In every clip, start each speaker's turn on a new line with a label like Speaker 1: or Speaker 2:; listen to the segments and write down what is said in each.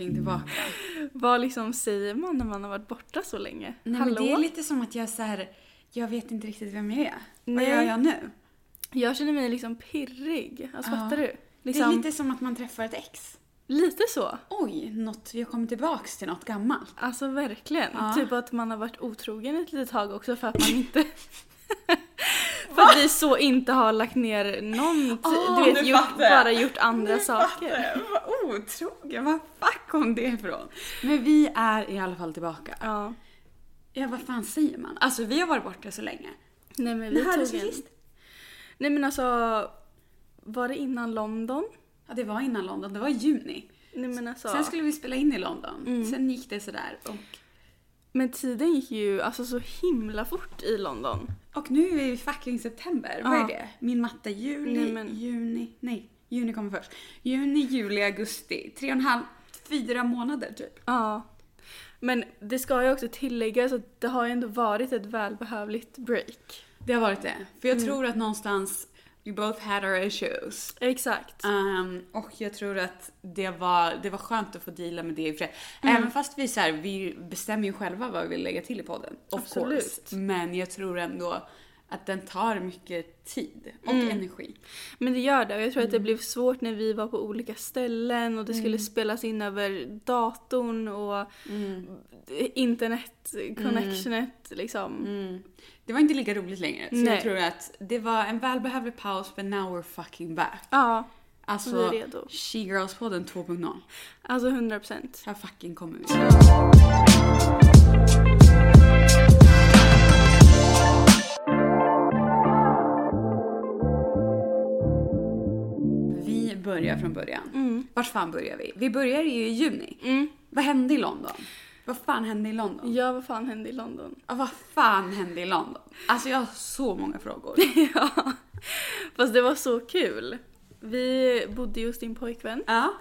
Speaker 1: Mm. Vad liksom säger man när man har varit borta så länge?
Speaker 2: Nej, men
Speaker 1: Hallå?
Speaker 2: det är lite som att jag så här, jag vet inte riktigt vem jag är. Vad
Speaker 1: Nej.
Speaker 2: gör jag nu?
Speaker 1: Jag känner mig liksom pirrig. Alltså,
Speaker 2: Ja.
Speaker 1: Fattar du?
Speaker 2: Det
Speaker 1: Liksom,
Speaker 2: är
Speaker 1: lite...
Speaker 2: lite som att man träffar ett ex.
Speaker 1: så.
Speaker 2: Oj, något, vi har kommit tillbaks till något gammalt.
Speaker 1: Alltså verkligen.
Speaker 2: Ja.
Speaker 1: Typ att man har varit otrogen ett litet tag också för att man inte... för att vi så inte har lagt ner någon t-
Speaker 2: Ah,
Speaker 1: Du vet,
Speaker 2: nu
Speaker 1: gjort,
Speaker 2: fattar jag.
Speaker 1: bara gjort andra saker.
Speaker 2: Vad otrogen, vad fuck kom det ifrån? Men vi är i alla fall tillbaka.
Speaker 1: Ja.
Speaker 2: Ja, vad fan säger man? Alltså vi har varit borta så länge.
Speaker 1: Nej men
Speaker 2: Det
Speaker 1: vi
Speaker 2: här är
Speaker 1: tog
Speaker 2: så
Speaker 1: en...
Speaker 2: sist.
Speaker 1: Nej men alltså, var det innan London?
Speaker 2: Ja, det var innan London, det var i juni.
Speaker 1: Nej men alltså.
Speaker 2: Sen skulle vi spela in i London.
Speaker 1: Mm.
Speaker 2: Sen gick det sådär och,
Speaker 1: Men tiden gick ju alltså så himla fort i London.
Speaker 2: och nu är vi i fucking september. Vad
Speaker 1: Ja.
Speaker 2: är det? Min matte, juli,
Speaker 1: Nej, men-
Speaker 2: juni, nej, juni kommer först. Juni, juli, augusti. Tre och en halv, fyra månader typ.
Speaker 1: Ja. Men det ska ju också tilläggas att det har ju ändå varit ett välbehövligt break.
Speaker 2: Det har varit det. För jag tror att någonstans, we both had our issues.
Speaker 1: Exakt.
Speaker 2: Ehm, och jag tror att det var, det var skönt att få deala med det i fred. Även fast vi, så här, vi bestämmer ju själva vad vi vill lägga till i podden. Of
Speaker 1: Absolut.
Speaker 2: course. Men jag tror ändå att den tar mycket tid och energi.
Speaker 1: Men det gör det och jag tror att det blev svårt när vi var på olika ställen och det skulle spelas in över datorn och
Speaker 2: Mm.
Speaker 1: internet connectionet liksom.
Speaker 2: Mm. Det var inte lika roligt längre. Så jag
Speaker 1: Nej.
Speaker 2: tror att det var en välbehövlig paus but now we're fucking back.
Speaker 1: Ja, vi är
Speaker 2: Alltså,
Speaker 1: redo.
Speaker 2: She Girls-podden 2.0.
Speaker 1: Alltså 100 procent.
Speaker 2: Här fucking kommer vi. Vi börjar från början.
Speaker 1: Mm.
Speaker 2: Vart fan börjar vi? Vi börjar ju i juni.
Speaker 1: Mm.
Speaker 2: Vad hände i London? Vad fan hände i London?
Speaker 1: Ja, vad fan hände i London?
Speaker 2: Ja, vad fan hände i London? Alltså jag har så många frågor.
Speaker 1: ja, fast det var så kul. Vi bodde ju hos din pojkvän.
Speaker 2: Ja,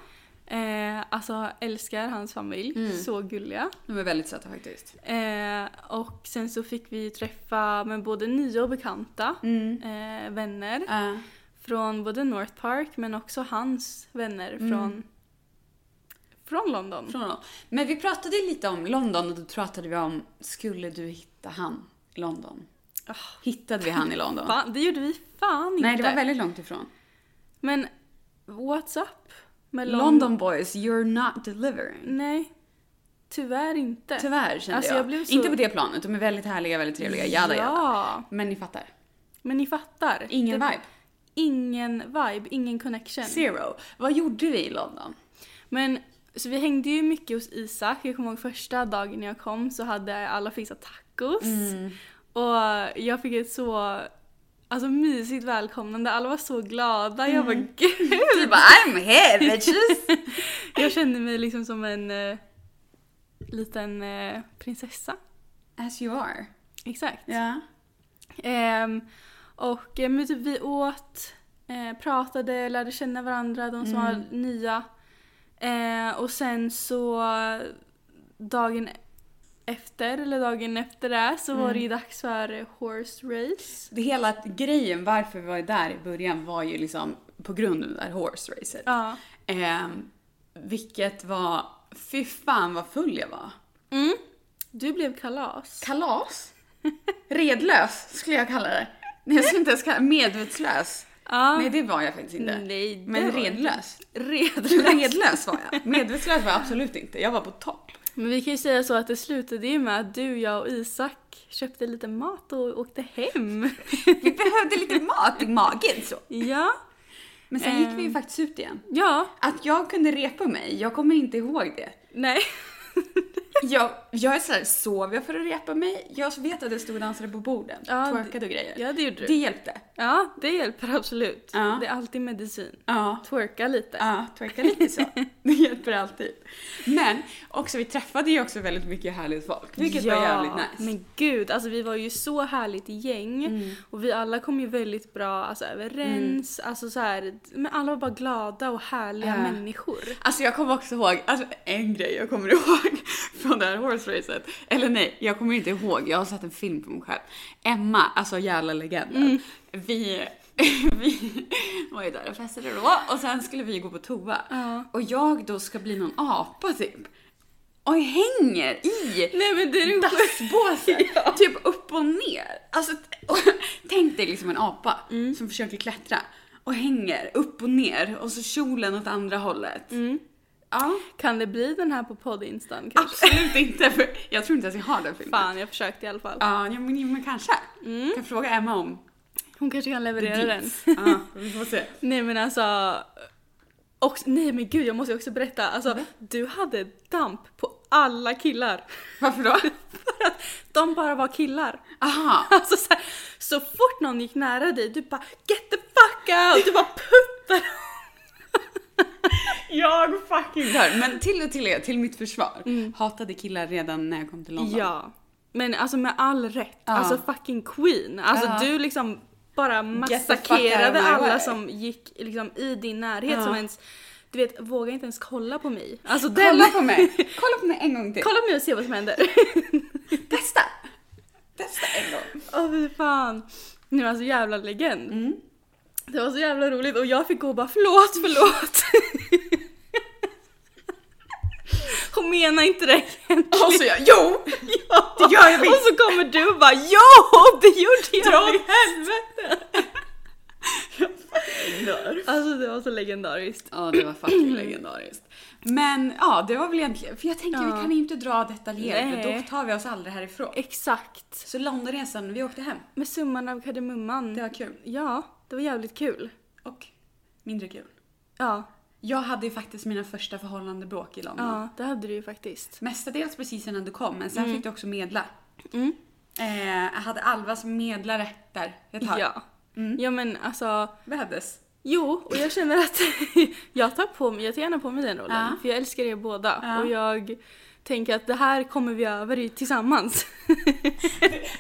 Speaker 1: Eh, alltså älskar hans familj,
Speaker 2: Mm.
Speaker 1: så gulliga.
Speaker 2: de är väldigt söta faktiskt.
Speaker 1: Eh, och sen så fick vi träffa men både nya och bekanta
Speaker 2: Mm.
Speaker 1: eh, vänner
Speaker 2: Ja.
Speaker 1: från både North Park men också hans vänner
Speaker 2: Mm.
Speaker 1: från, från London.
Speaker 2: från honom. Men vi pratade ju lite om London och då pratade vi om, skulle du hitta han i London?
Speaker 1: Ah.
Speaker 2: Hittade vi han i London?
Speaker 1: Fan, det gjorde vi fan inte.
Speaker 2: Nej, det var väldigt långt ifrån.
Speaker 1: Men what's up med London?
Speaker 2: London boys, you're not delivering.
Speaker 1: Nej, tyvärr inte.
Speaker 2: Tyvärr kände
Speaker 1: Alltså,
Speaker 2: jag.
Speaker 1: jag blev så-
Speaker 2: Inte på det planet, de är väldigt härliga, väldigt trevliga, jada jada.
Speaker 1: Ja,
Speaker 2: Men ni fattar.
Speaker 1: men ni fattar.
Speaker 2: Ingen
Speaker 1: Det-
Speaker 2: vibe.
Speaker 1: Ingen vibe, ingen connection.
Speaker 2: Zero. Vad gjorde vi i London?
Speaker 1: Men så vi hängde ju mycket hos Isak. Jag kommer ihåg första dagen när jag kom så hade alla fixat tacos.
Speaker 2: Mm.
Speaker 1: Mm. Och jag fick ett så alltså, mysigt välkomnande. Alla var så glada. Jag var gud.
Speaker 2: Du bara I'm here bitches!
Speaker 1: Jag kände mig liksom som en eh, liten eh, prinsessa.
Speaker 2: As you are.
Speaker 1: Exakt.
Speaker 2: Ja.
Speaker 1: Ehm, och eh, men typ vi åt, eh, pratade, lärde känna varandra, de som var nya. Eh, och sen så dagen efter, eller dagen efter det, så var det ju dags för eh, horse race.
Speaker 2: Det hela grejen varför vi var där i början var ju liksom på grund av det där horse racet.
Speaker 1: Ja.
Speaker 2: Ehm, vilket var... Fy fan vad full jag var.
Speaker 1: Mm. Du blev kalas.
Speaker 2: Kalas? Redlös skulle jag kalla det. Nej, jag skulle inte ens kalla Medvetslös.
Speaker 1: Ja.
Speaker 2: Nej, Mm, det var jag faktiskt inte.
Speaker 1: Nej, det
Speaker 2: Men
Speaker 1: var
Speaker 2: redlös.
Speaker 1: Redan.
Speaker 2: Redlös var jag. Medvetslös var jag absolut inte. Jag var på topp.
Speaker 1: Men vi kan ju säga så att det slutade ju med att du, jag och Isak köpte lite mat och åkte hem.
Speaker 2: Vi behövde lite mat i magen så.
Speaker 1: ja.
Speaker 2: Men sen gick vi ju faktiskt ut igen.
Speaker 1: Ja.
Speaker 2: Att jag kunde repa mig, jag kommer inte ihåg det.
Speaker 1: Nej.
Speaker 2: Jag, jag är såhär, sov jag för att repa mig? Jag vet att jag stod och dansade på borden.
Speaker 1: Ja, det-
Speaker 2: twerkade och grejer.
Speaker 1: Ja, det gjorde du.
Speaker 2: Det hjälpte.
Speaker 1: Ja, det hjälper absolut.
Speaker 2: Ja.
Speaker 1: Det är alltid medicin.
Speaker 2: Ja.
Speaker 1: Twerka lite.
Speaker 2: Ja, twerka lite så. Det hjälper alltid. Men också, vi träffade ju också väldigt mycket härligt folk, vilket var jävligt nice. Mm.
Speaker 1: Men Mm. gud, alltså vi var ju så härligt gäng och vi alla kom ju väldigt bra alltså, överens. Alltså så här, men alla var bara glada och härliga
Speaker 2: Mm. Ja.
Speaker 1: människor.
Speaker 2: Alltså jag kommer också ihåg, alltså en grej jag kommer ihåg från det här horse racet. Eller nej, jag kommer inte ihåg, jag har sett en film på mig själv. Emma, alltså jävla legenden. Vi, vi var ju där och festade då och sen skulle vi gå på toa.
Speaker 1: Ja.
Speaker 2: Och jag då ska bli någon apa typ. Oj, hänger i
Speaker 1: Nej men det är den
Speaker 2: dassbåsen. Typ upp och ner. Alltså, t- och, tänk dig liksom en apa som försöker klättra och hänger upp och ner och så kjolen åt andra hållet. Ja,
Speaker 1: Kan det bli den här på poddinstan kanske?
Speaker 2: absolut inte. För jag tror inte ens jag har den filmen.
Speaker 1: Fan, jag försökte i alla fall.
Speaker 2: Ja, ja, men, men kanske. Kan fråga Emma om
Speaker 1: Hon kanske kan leverera den.
Speaker 2: Dips. Ja, vi får se.
Speaker 1: Nej men alltså. Och, nej men gud jag måste ju också berätta. Alltså
Speaker 2: Mm.
Speaker 1: du hade damp på alla killar.
Speaker 2: Varför då?
Speaker 1: För att de bara var killar.
Speaker 2: Aha.
Speaker 1: Alltså så, här, så fort någon gick nära dig du bara get the fuck out! Du bara puttar.
Speaker 2: Jag fucking dör. Men till och till, till mitt försvar. Hatade killar redan när jag kom till London.
Speaker 1: Ja. Men alltså med all rätt.
Speaker 2: Ja.
Speaker 1: Alltså fucking queen. Alltså
Speaker 2: Ja.
Speaker 1: du liksom bara
Speaker 2: Get the fuck out of my
Speaker 1: massakrerade
Speaker 2: way.
Speaker 1: alla som gick liksom i din närhet
Speaker 2: Ja.
Speaker 1: som ens, du vet, våga inte ens kolla på mig. Alltså den,
Speaker 2: Kolla på mig! Kolla på mig en gång till.
Speaker 1: kolla på mig och se vad som händer.
Speaker 2: Testa! Testa en gång.
Speaker 1: Åh fy fan. Nu alltså jävla legend.
Speaker 2: Mm.
Speaker 1: Det var så jävla roligt och jag fick gå och bara förlåt, förlåt. Hon menar inte det egentligen.
Speaker 2: Och så jag, Alltså, jo!
Speaker 1: Ja.
Speaker 2: Det gör jag visst.
Speaker 1: Och så kommer du och bara ja, det gjorde
Speaker 2: Dra
Speaker 1: jag.
Speaker 2: åt
Speaker 1: visst."
Speaker 2: helvete! Jag dör.
Speaker 1: Alltså det var så legendariskt.
Speaker 2: Ja, det var
Speaker 1: Mm.
Speaker 2: fucking legendariskt. Men ja, det var väl egentligen, för jag tänker vi
Speaker 1: Ja.
Speaker 2: kan ju inte dra detaljerat för
Speaker 1: Nej.
Speaker 2: då tar vi oss aldrig härifrån.
Speaker 1: Exakt.
Speaker 2: Så Londonresan, vi åkte hem.
Speaker 1: Med summan av kardemumman.
Speaker 2: Det var kul.
Speaker 1: Ja, det var jävligt kul.
Speaker 2: Och mindre kul.
Speaker 1: Ja,
Speaker 2: Jag hade ju faktiskt mina första förhållandebråk i London.
Speaker 1: ja det hade du ju faktiskt.
Speaker 2: Mestadels precis innan du kom, men sen fick du också medla.
Speaker 1: Mm.
Speaker 2: Eh, jag hade Alva som medlare där ett tag.
Speaker 1: Ja.
Speaker 2: Mm.
Speaker 1: Ja men alltså
Speaker 2: Behövdes.
Speaker 1: Jo, och jag känner att jag tar, på mig, jag tar gärna på mig den rollen.
Speaker 2: Ja.
Speaker 1: För jag älskar er båda.
Speaker 2: Ja.
Speaker 1: Och jag tänker att det här kommer vi över i tillsammans.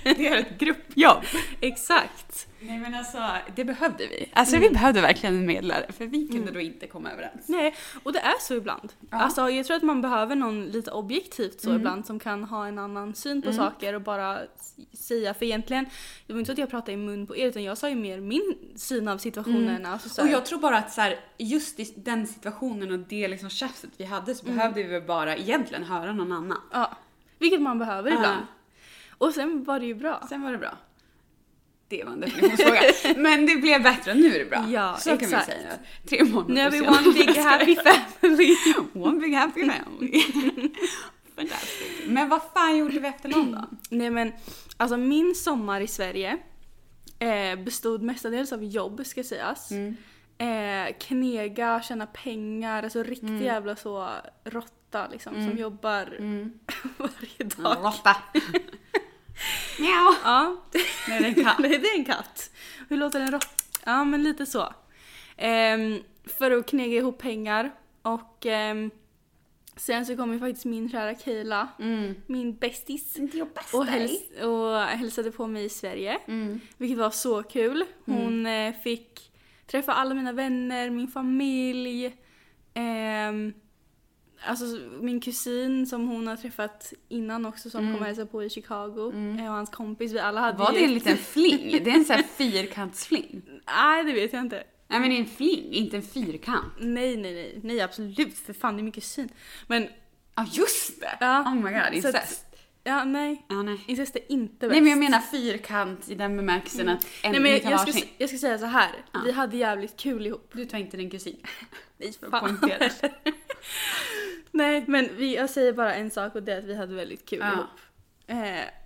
Speaker 2: Det är ett gruppjobb.
Speaker 1: Exakt.
Speaker 2: Nej men alltså, det behövde vi. Alltså vi behövde verkligen en medlare för vi kunde då inte komma överens.
Speaker 1: Nej, och det är så ibland.
Speaker 2: Ja. Mm.
Speaker 1: Alltså, jag tror att man behöver någon lite objektivt så ibland som kan ha en annan syn på saker och bara s- säga. För egentligen, det var inte så att jag pratade i mun på er utan jag sa ju mer min syn av situationen. Alltså, så
Speaker 2: Mm. Och
Speaker 1: här-
Speaker 2: jag tror bara att så här, just i den situationen och det liksom tjafset vi hade så behövde vi väl bara egentligen höra någon annan.
Speaker 1: ja, vilket man behöver
Speaker 2: Ja.
Speaker 1: ibland. Och sen var det ju bra.
Speaker 2: Sen var det bra. Det var en definitionsfråga. men det blev bättre, nu är det bra.
Speaker 1: Ja,
Speaker 2: så
Speaker 1: exakt.
Speaker 2: kan vi säga. Tre månader
Speaker 1: Nu är vi
Speaker 2: senare.
Speaker 1: one big happy family.
Speaker 2: One big happy family. Fantastiskt. Men vad fan gjorde vi efter London?
Speaker 1: Nej men, alltså min sommar i Sverige eh, bestod mestadels av jobb ska sägas.
Speaker 2: Mm.
Speaker 1: Eh, knega, tjäna pengar, alltså riktig jävla så råtta liksom som jobbar
Speaker 2: Mm.
Speaker 1: varje dag.
Speaker 2: Lotta. Mjau.
Speaker 1: Ja.
Speaker 2: Nej, det är en katt.
Speaker 1: Nej, det är en katt. Hur låter en råtta? Ja men lite så. Ehm, för att knega ihop pengar och ehm, sen så kom ju faktiskt min kära Kayla,
Speaker 2: Mm.
Speaker 1: min bästis.
Speaker 2: Inte jag
Speaker 1: och, häls- och hälsade på mig i Sverige.
Speaker 2: Mm.
Speaker 1: Vilket var så kul. Hon eh, fick träffa alla mina vänner, min familj. ehm, alltså min kusin som hon har träffat innan också som kom och hälsade på i Chicago. eh, Och hans kompis. Vi alla hade
Speaker 2: Mm. Var
Speaker 1: ju...
Speaker 2: det en liten fling? Det är en sån här fyrkantsfling.
Speaker 1: Nej det vet jag inte.
Speaker 2: Nej men en fling, inte en fyrkant.
Speaker 1: Nej nej nej. Nej absolut för fan det är min kusin. Men
Speaker 2: Ja just det!
Speaker 1: Ja.
Speaker 2: Oh my god,
Speaker 1: Så att-
Speaker 2: incest.
Speaker 1: ja nej.
Speaker 2: Ja, nej.
Speaker 1: Incest är inte
Speaker 2: nej men jag menar fyrkant i den bemärkelsen att en
Speaker 1: Nej men jag,
Speaker 2: kan
Speaker 1: jag,
Speaker 2: vara
Speaker 1: ska,
Speaker 2: sin.
Speaker 1: jag ska säga så här.
Speaker 2: Ja.
Speaker 1: Vi hade jävligt kul ihop.
Speaker 2: Du tar inte din kusin. Nej
Speaker 1: fan. Nej, men vi, jag säger bara en sak och det är att vi hade väldigt kul
Speaker 2: Ja.
Speaker 1: ihop. Eh,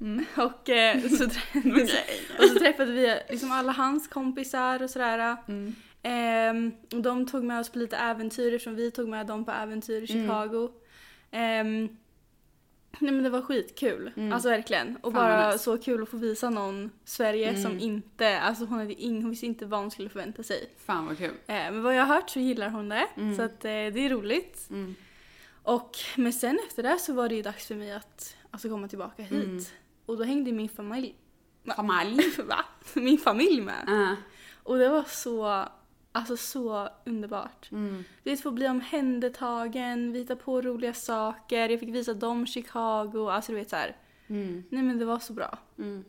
Speaker 2: Mm.
Speaker 1: och, eh, så trä- och så träffade vi liksom alla hans kompisar och sådär.
Speaker 2: Mm.
Speaker 1: Ehm, och de tog med oss på lite äventyr eftersom vi tog med dem på äventyr i
Speaker 2: Mm.
Speaker 1: Chicago. Ehm, nej men det var skitkul, alltså verkligen. Och
Speaker 2: Mm. Fan, vad
Speaker 1: bara
Speaker 2: nice. Mm.
Speaker 1: så kul att få visa någon Sverige som inte, alltså hon, hade ing, hon visste inte vad hon skulle förvänta sig.
Speaker 2: Fan vad kul.
Speaker 1: Eh, Men vad jag har hört så gillar hon det, så att, eh, det är roligt.
Speaker 2: Mm.
Speaker 1: Och, men sen efter det så var det ju dags för mig att alltså, komma tillbaka hit.
Speaker 2: Mm.
Speaker 1: Och då hängde min familj,
Speaker 2: Familj.
Speaker 1: va? Min familj med.
Speaker 2: Ja.
Speaker 1: Och det var så, alltså så underbart.
Speaker 2: Mm.
Speaker 1: Du vet, få bli omhändertagen, vi hittade på roliga saker, jag fick visa dem Chicago, alltså du vet så här.
Speaker 2: Mm.
Speaker 1: Nej men det var så bra.
Speaker 2: Mm.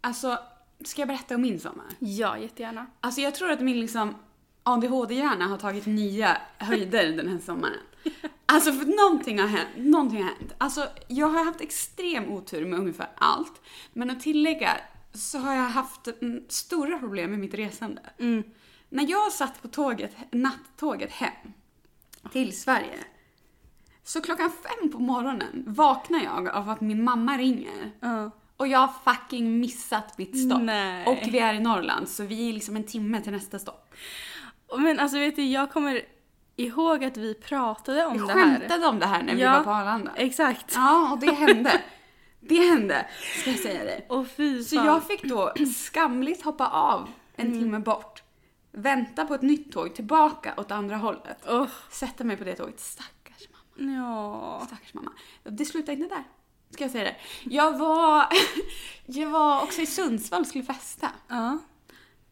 Speaker 2: Alltså, ska jag berätta om min sommar?
Speaker 1: Ja, jättegärna.
Speaker 2: Alltså jag tror att min liksom ADHD-hjärna har tagit nya höjder den här sommaren. Alltså för någonting har hänt. Någonting har hänt. Alltså jag har haft extrem otur med ungefär allt. Men att tillägga så har jag haft mm, stora problem med mitt resande.
Speaker 1: Mm.
Speaker 2: När jag satt på tåget, nattåget hem till Sverige. Så klockan fem på morgonen vaknar jag av att min mamma ringer.
Speaker 1: Ja.
Speaker 2: Och jag har fucking missat mitt stopp.
Speaker 1: Nej.
Speaker 2: Och vi är i Norrland så vi är liksom en timme till nästa stopp.
Speaker 1: Men alltså vet du, jag kommer ihåg att vi pratade om
Speaker 2: Vi
Speaker 1: det här.
Speaker 2: skämtade om det här när vi
Speaker 1: Ja.
Speaker 2: var på Arlanda.
Speaker 1: Exakt.
Speaker 2: Ja, och det hände. Det hände, ska jag säga dig.
Speaker 1: Och fy
Speaker 2: Så
Speaker 1: fan.
Speaker 2: jag fick då skamligt hoppa av en
Speaker 1: Mm.
Speaker 2: timme bort, vänta på ett nytt tåg tillbaka åt andra hållet,
Speaker 1: Åh,
Speaker 2: sätta mig på det tåget. Stackars mamma,
Speaker 1: ja.
Speaker 2: stackars mamma. Det slutade inte där, ska jag säga det. Jag var, jag var också i Sundsvall och skulle festa.
Speaker 1: Ja.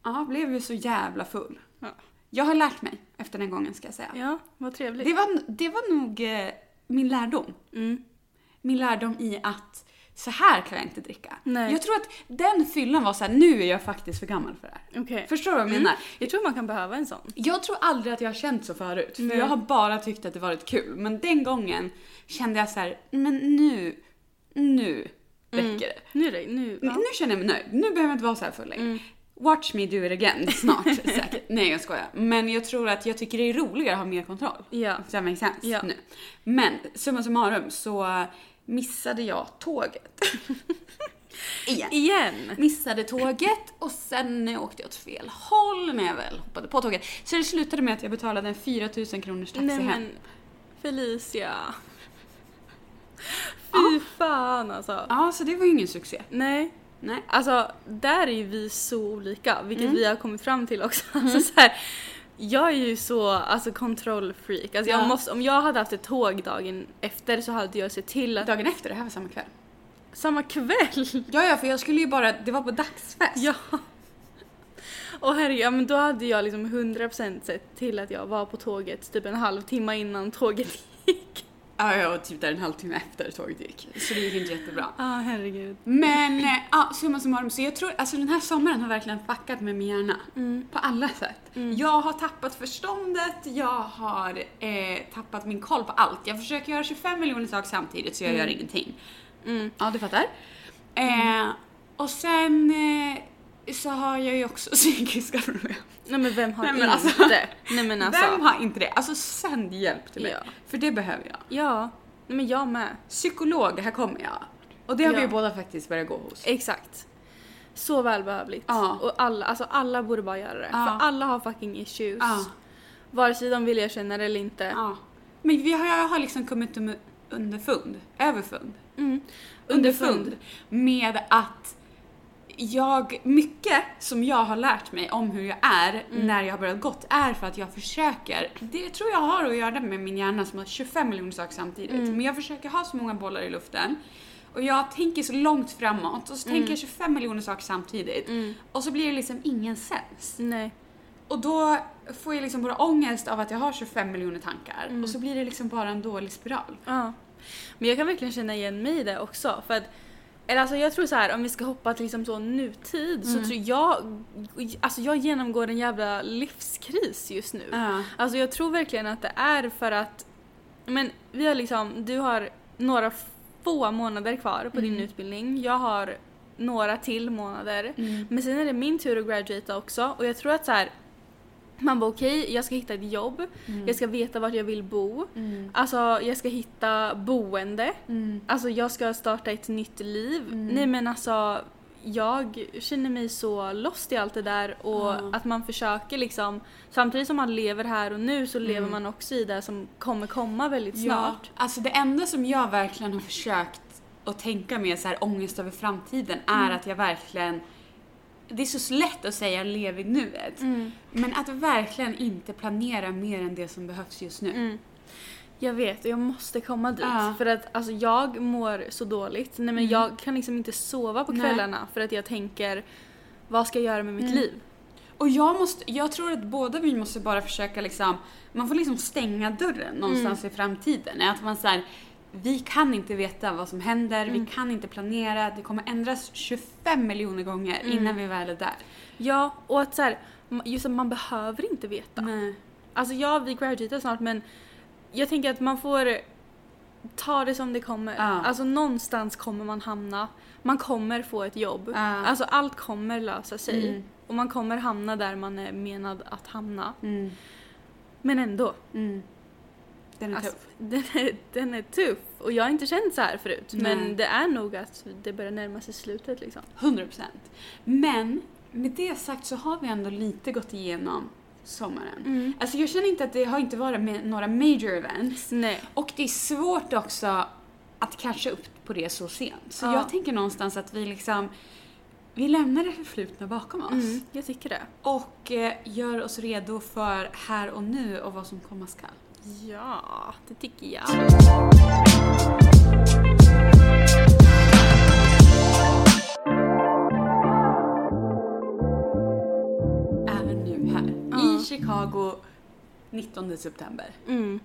Speaker 2: Ja, blev ju så jävla full.
Speaker 1: Ja.
Speaker 2: Jag har lärt mig efter den gången ska jag säga.
Speaker 1: Ja, vad trevligt.
Speaker 2: Det var, det var nog eh, min lärdom.
Speaker 1: Mm.
Speaker 2: min lärdom i att så här kan jag inte dricka.
Speaker 1: Nej.
Speaker 2: Jag tror att den fyllan var så här, nu är jag faktiskt för gammal för det här.
Speaker 1: Okej.
Speaker 2: Förstår du vad jag
Speaker 1: Mm.
Speaker 2: menar?
Speaker 1: Jag tror man kan behöva en sån.
Speaker 2: Jag tror aldrig att jag har känt så förut, för
Speaker 1: Nej.
Speaker 2: jag har bara tyckt att det varit kul. Men den gången kände jag så här, men nu, nu räcker det.
Speaker 1: Nu är det, nu.
Speaker 2: Nu
Speaker 1: Mm. Ja.
Speaker 2: känner jag mig nöjd, nu behöver jag inte vara så här full längre.
Speaker 1: Mm.
Speaker 2: Watch me do it again snart säkert. Nej jag skojar. Men jag tror att jag tycker det är roligare att ha mer kontroll.
Speaker 1: ja.
Speaker 2: Does that make sense?
Speaker 1: Ja.
Speaker 2: Nu. Men summa summarum så missade jag tåget. Igen.
Speaker 1: Igen.
Speaker 2: Missade tåget och sen åkte jag åt fel håll när jag väl hoppade på tåget. Så det slutade med att jag betalade en 4000 kronors taxi
Speaker 1: Nej
Speaker 2: hem.
Speaker 1: men Felicia. Fy fan alltså.
Speaker 2: Ja, så det var ju ingen succé.
Speaker 1: Nej.
Speaker 2: Nej.
Speaker 1: Alltså där är ju vi så olika, vilket vi har kommit fram till också. Alltså, så här, jag är ju så alltså, kontrollfreak. Alltså, jag
Speaker 2: Ja.
Speaker 1: måste, om jag hade haft ett tåg dagen efter så hade jag sett till att...
Speaker 2: Dagen efter, det här var samma kväll.
Speaker 1: Samma kväll!
Speaker 2: Ja, ja, för jag skulle ju bara, det var på dagsfest.
Speaker 1: Ja. Och herregud, ja, men då hade jag liksom 100% sett till att jag var på tåget typ en halvtimme innan tåget gick.
Speaker 2: ja, ja och typ där en halvtimme efter tåget gick. Så det gick inte jättebra.
Speaker 1: Ja, ah, herregud.
Speaker 2: Men eh, ja, summa summarum, så jag tror, alltså den här sommaren har verkligen fuckat med min hjärna. På alla sätt. Jag har tappat förståndet, jag har eh, tappat min koll på allt. Jag försöker göra 25 miljoner saker samtidigt så jag gör ingenting.
Speaker 1: Mm.
Speaker 2: Ja, du fattar. Eh, och sen eh, så har jag ju också psykiska problem.
Speaker 1: Nej men vem har
Speaker 2: Nej, men
Speaker 1: inte?
Speaker 2: alltså-
Speaker 1: Nej men alltså.
Speaker 2: Vem har inte det? Alltså sänd hjälp till mig.
Speaker 1: Ja.
Speaker 2: För det behöver jag.
Speaker 1: Ja. Nej men jag med.
Speaker 2: Psykolog, här kommer jag. Och det har
Speaker 1: Ja. Eh,
Speaker 2: vi ju båda faktiskt börjat gå hos.
Speaker 1: Exakt. Så välbehövligt.
Speaker 2: Ja.
Speaker 1: Och alla, alltså alla borde bara göra det.
Speaker 2: Ja.
Speaker 1: För alla har fucking issues.
Speaker 2: Ja.
Speaker 1: Vare sig de vill erkänna det eller inte.
Speaker 2: Ja. Men vi har, jag har liksom kommit um- underfund, överfund,
Speaker 1: Mm.
Speaker 2: underfund med att jag, mycket som jag har lärt mig om hur jag är när jag har börjat gått är för att jag försöker, det tror jag har att göra med min hjärna som har 25 miljoner saker samtidigt, men jag försöker ha så många bollar i luften och jag tänker så långt framåt och så tänker jag 25 miljoner saker samtidigt
Speaker 1: Mm.
Speaker 2: och så blir det liksom ingen sens.
Speaker 1: Nej.
Speaker 2: Och då får jag liksom bara ångest av att jag har 25 miljoner tankar och så blir det liksom bara en dålig spiral.
Speaker 1: Ja. Men jag kan verkligen känna igen mig i det också. För att, eller alltså jag tror så här, om vi ska hoppa till liksom så nutid så tror jag, alltså jag genomgår en jävla livskris just nu.
Speaker 2: Ja.
Speaker 1: Alltså jag tror verkligen att det är för att, men vi har liksom, du har några få månader kvar på din utbildning, jag har några till månader.
Speaker 2: Mm.
Speaker 1: Men sen är det min tur att graduata också och jag tror att så här, man bara okej, jag ska hitta ett jobb, jag ska veta vart jag vill bo, alltså jag ska hitta boende,
Speaker 2: Mm.
Speaker 1: alltså jag ska starta ett nytt liv. Nej men alltså jag känner mig så lost i allt det där och
Speaker 2: Ja.
Speaker 1: att man försöker liksom samtidigt som man lever här och nu så lever man också i det som kommer komma väldigt
Speaker 2: Mm. Ja,
Speaker 1: snart.
Speaker 2: alltså det enda som jag verkligen har försökt att tänka med så här ångest över framtiden är att jag verkligen det är så lätt att säga lev i nuet.
Speaker 1: Mm.
Speaker 2: Men att verkligen inte planera mer än det som behövs just nu.
Speaker 1: Mm. Jag vet och jag måste komma dit
Speaker 2: Ja. Mm.
Speaker 1: för att alltså, jag mår så dåligt. Nej, men Jag kan liksom inte sova på
Speaker 2: Nej. Mm.
Speaker 1: kvällarna för att jag tänker vad ska jag göra med mitt liv?
Speaker 2: Och jag, måste, jag tror att båda vi måste bara försöka liksom, man får liksom stänga dörren någonstans
Speaker 1: Mm.
Speaker 2: i framtiden. Att man så här, vi kan inte veta vad som händer,
Speaker 1: Mm.
Speaker 2: vi kan inte planera, det kommer ändras 25 miljoner gånger
Speaker 1: Mm.
Speaker 2: innan vi väl är där.
Speaker 1: Ja och att så här, ma- just att man behöver inte veta.
Speaker 2: Nej.
Speaker 1: Alltså ja vi graduatar snart men jag tänker att man får ta det som det kommer.
Speaker 2: Ja.
Speaker 1: Alltså någonstans kommer man hamna. Man kommer få ett jobb.
Speaker 2: Ja.
Speaker 1: Alltså allt kommer lösa sig.
Speaker 2: Mm.
Speaker 1: Och man kommer hamna där man är menad att hamna.
Speaker 2: Mm.
Speaker 1: Men ändå.
Speaker 2: Mm. Den är
Speaker 1: Alltså,
Speaker 2: tuff.
Speaker 1: den, är, den är tuff. Och jag har inte känt så här förut.
Speaker 2: Nej.
Speaker 1: Men det är nog att det börjar närma sig slutet liksom.
Speaker 2: 100%. Men med det sagt så har vi ändå lite gått igenom sommaren. Alltså jag känner inte att det har inte varit med några major events.
Speaker 1: Nej.
Speaker 2: Och det är svårt också att catcha upp på det så sent. Så
Speaker 1: Ja.
Speaker 2: jag tänker någonstans att vi liksom, vi lämnar det förflutna bakom oss.
Speaker 1: Mm, jag tycker det.
Speaker 2: Och eh, gör oss redo för här och nu och vad som komma skall.
Speaker 1: Ja, det tycker jag.
Speaker 2: Även nu här.
Speaker 1: Ja.
Speaker 2: I Chicago 19 september.
Speaker 1: Mm.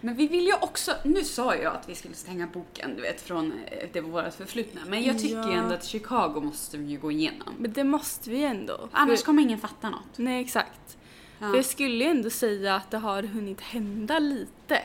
Speaker 2: Men vi vill ju också, nu sa jag att vi skulle stänga boken, du vet, från eh, det var vårt förflutna. Men jag tycker
Speaker 1: Ja.
Speaker 2: ju ändå att Chicago måste vi ju gå igenom.
Speaker 1: Men det måste vi ändå.
Speaker 2: Annars
Speaker 1: För-
Speaker 2: kommer ingen fatta något.
Speaker 1: Nej, exakt.
Speaker 2: Typ. Ja.
Speaker 1: För jag skulle ju ändå säga att det har hunnit hända lite.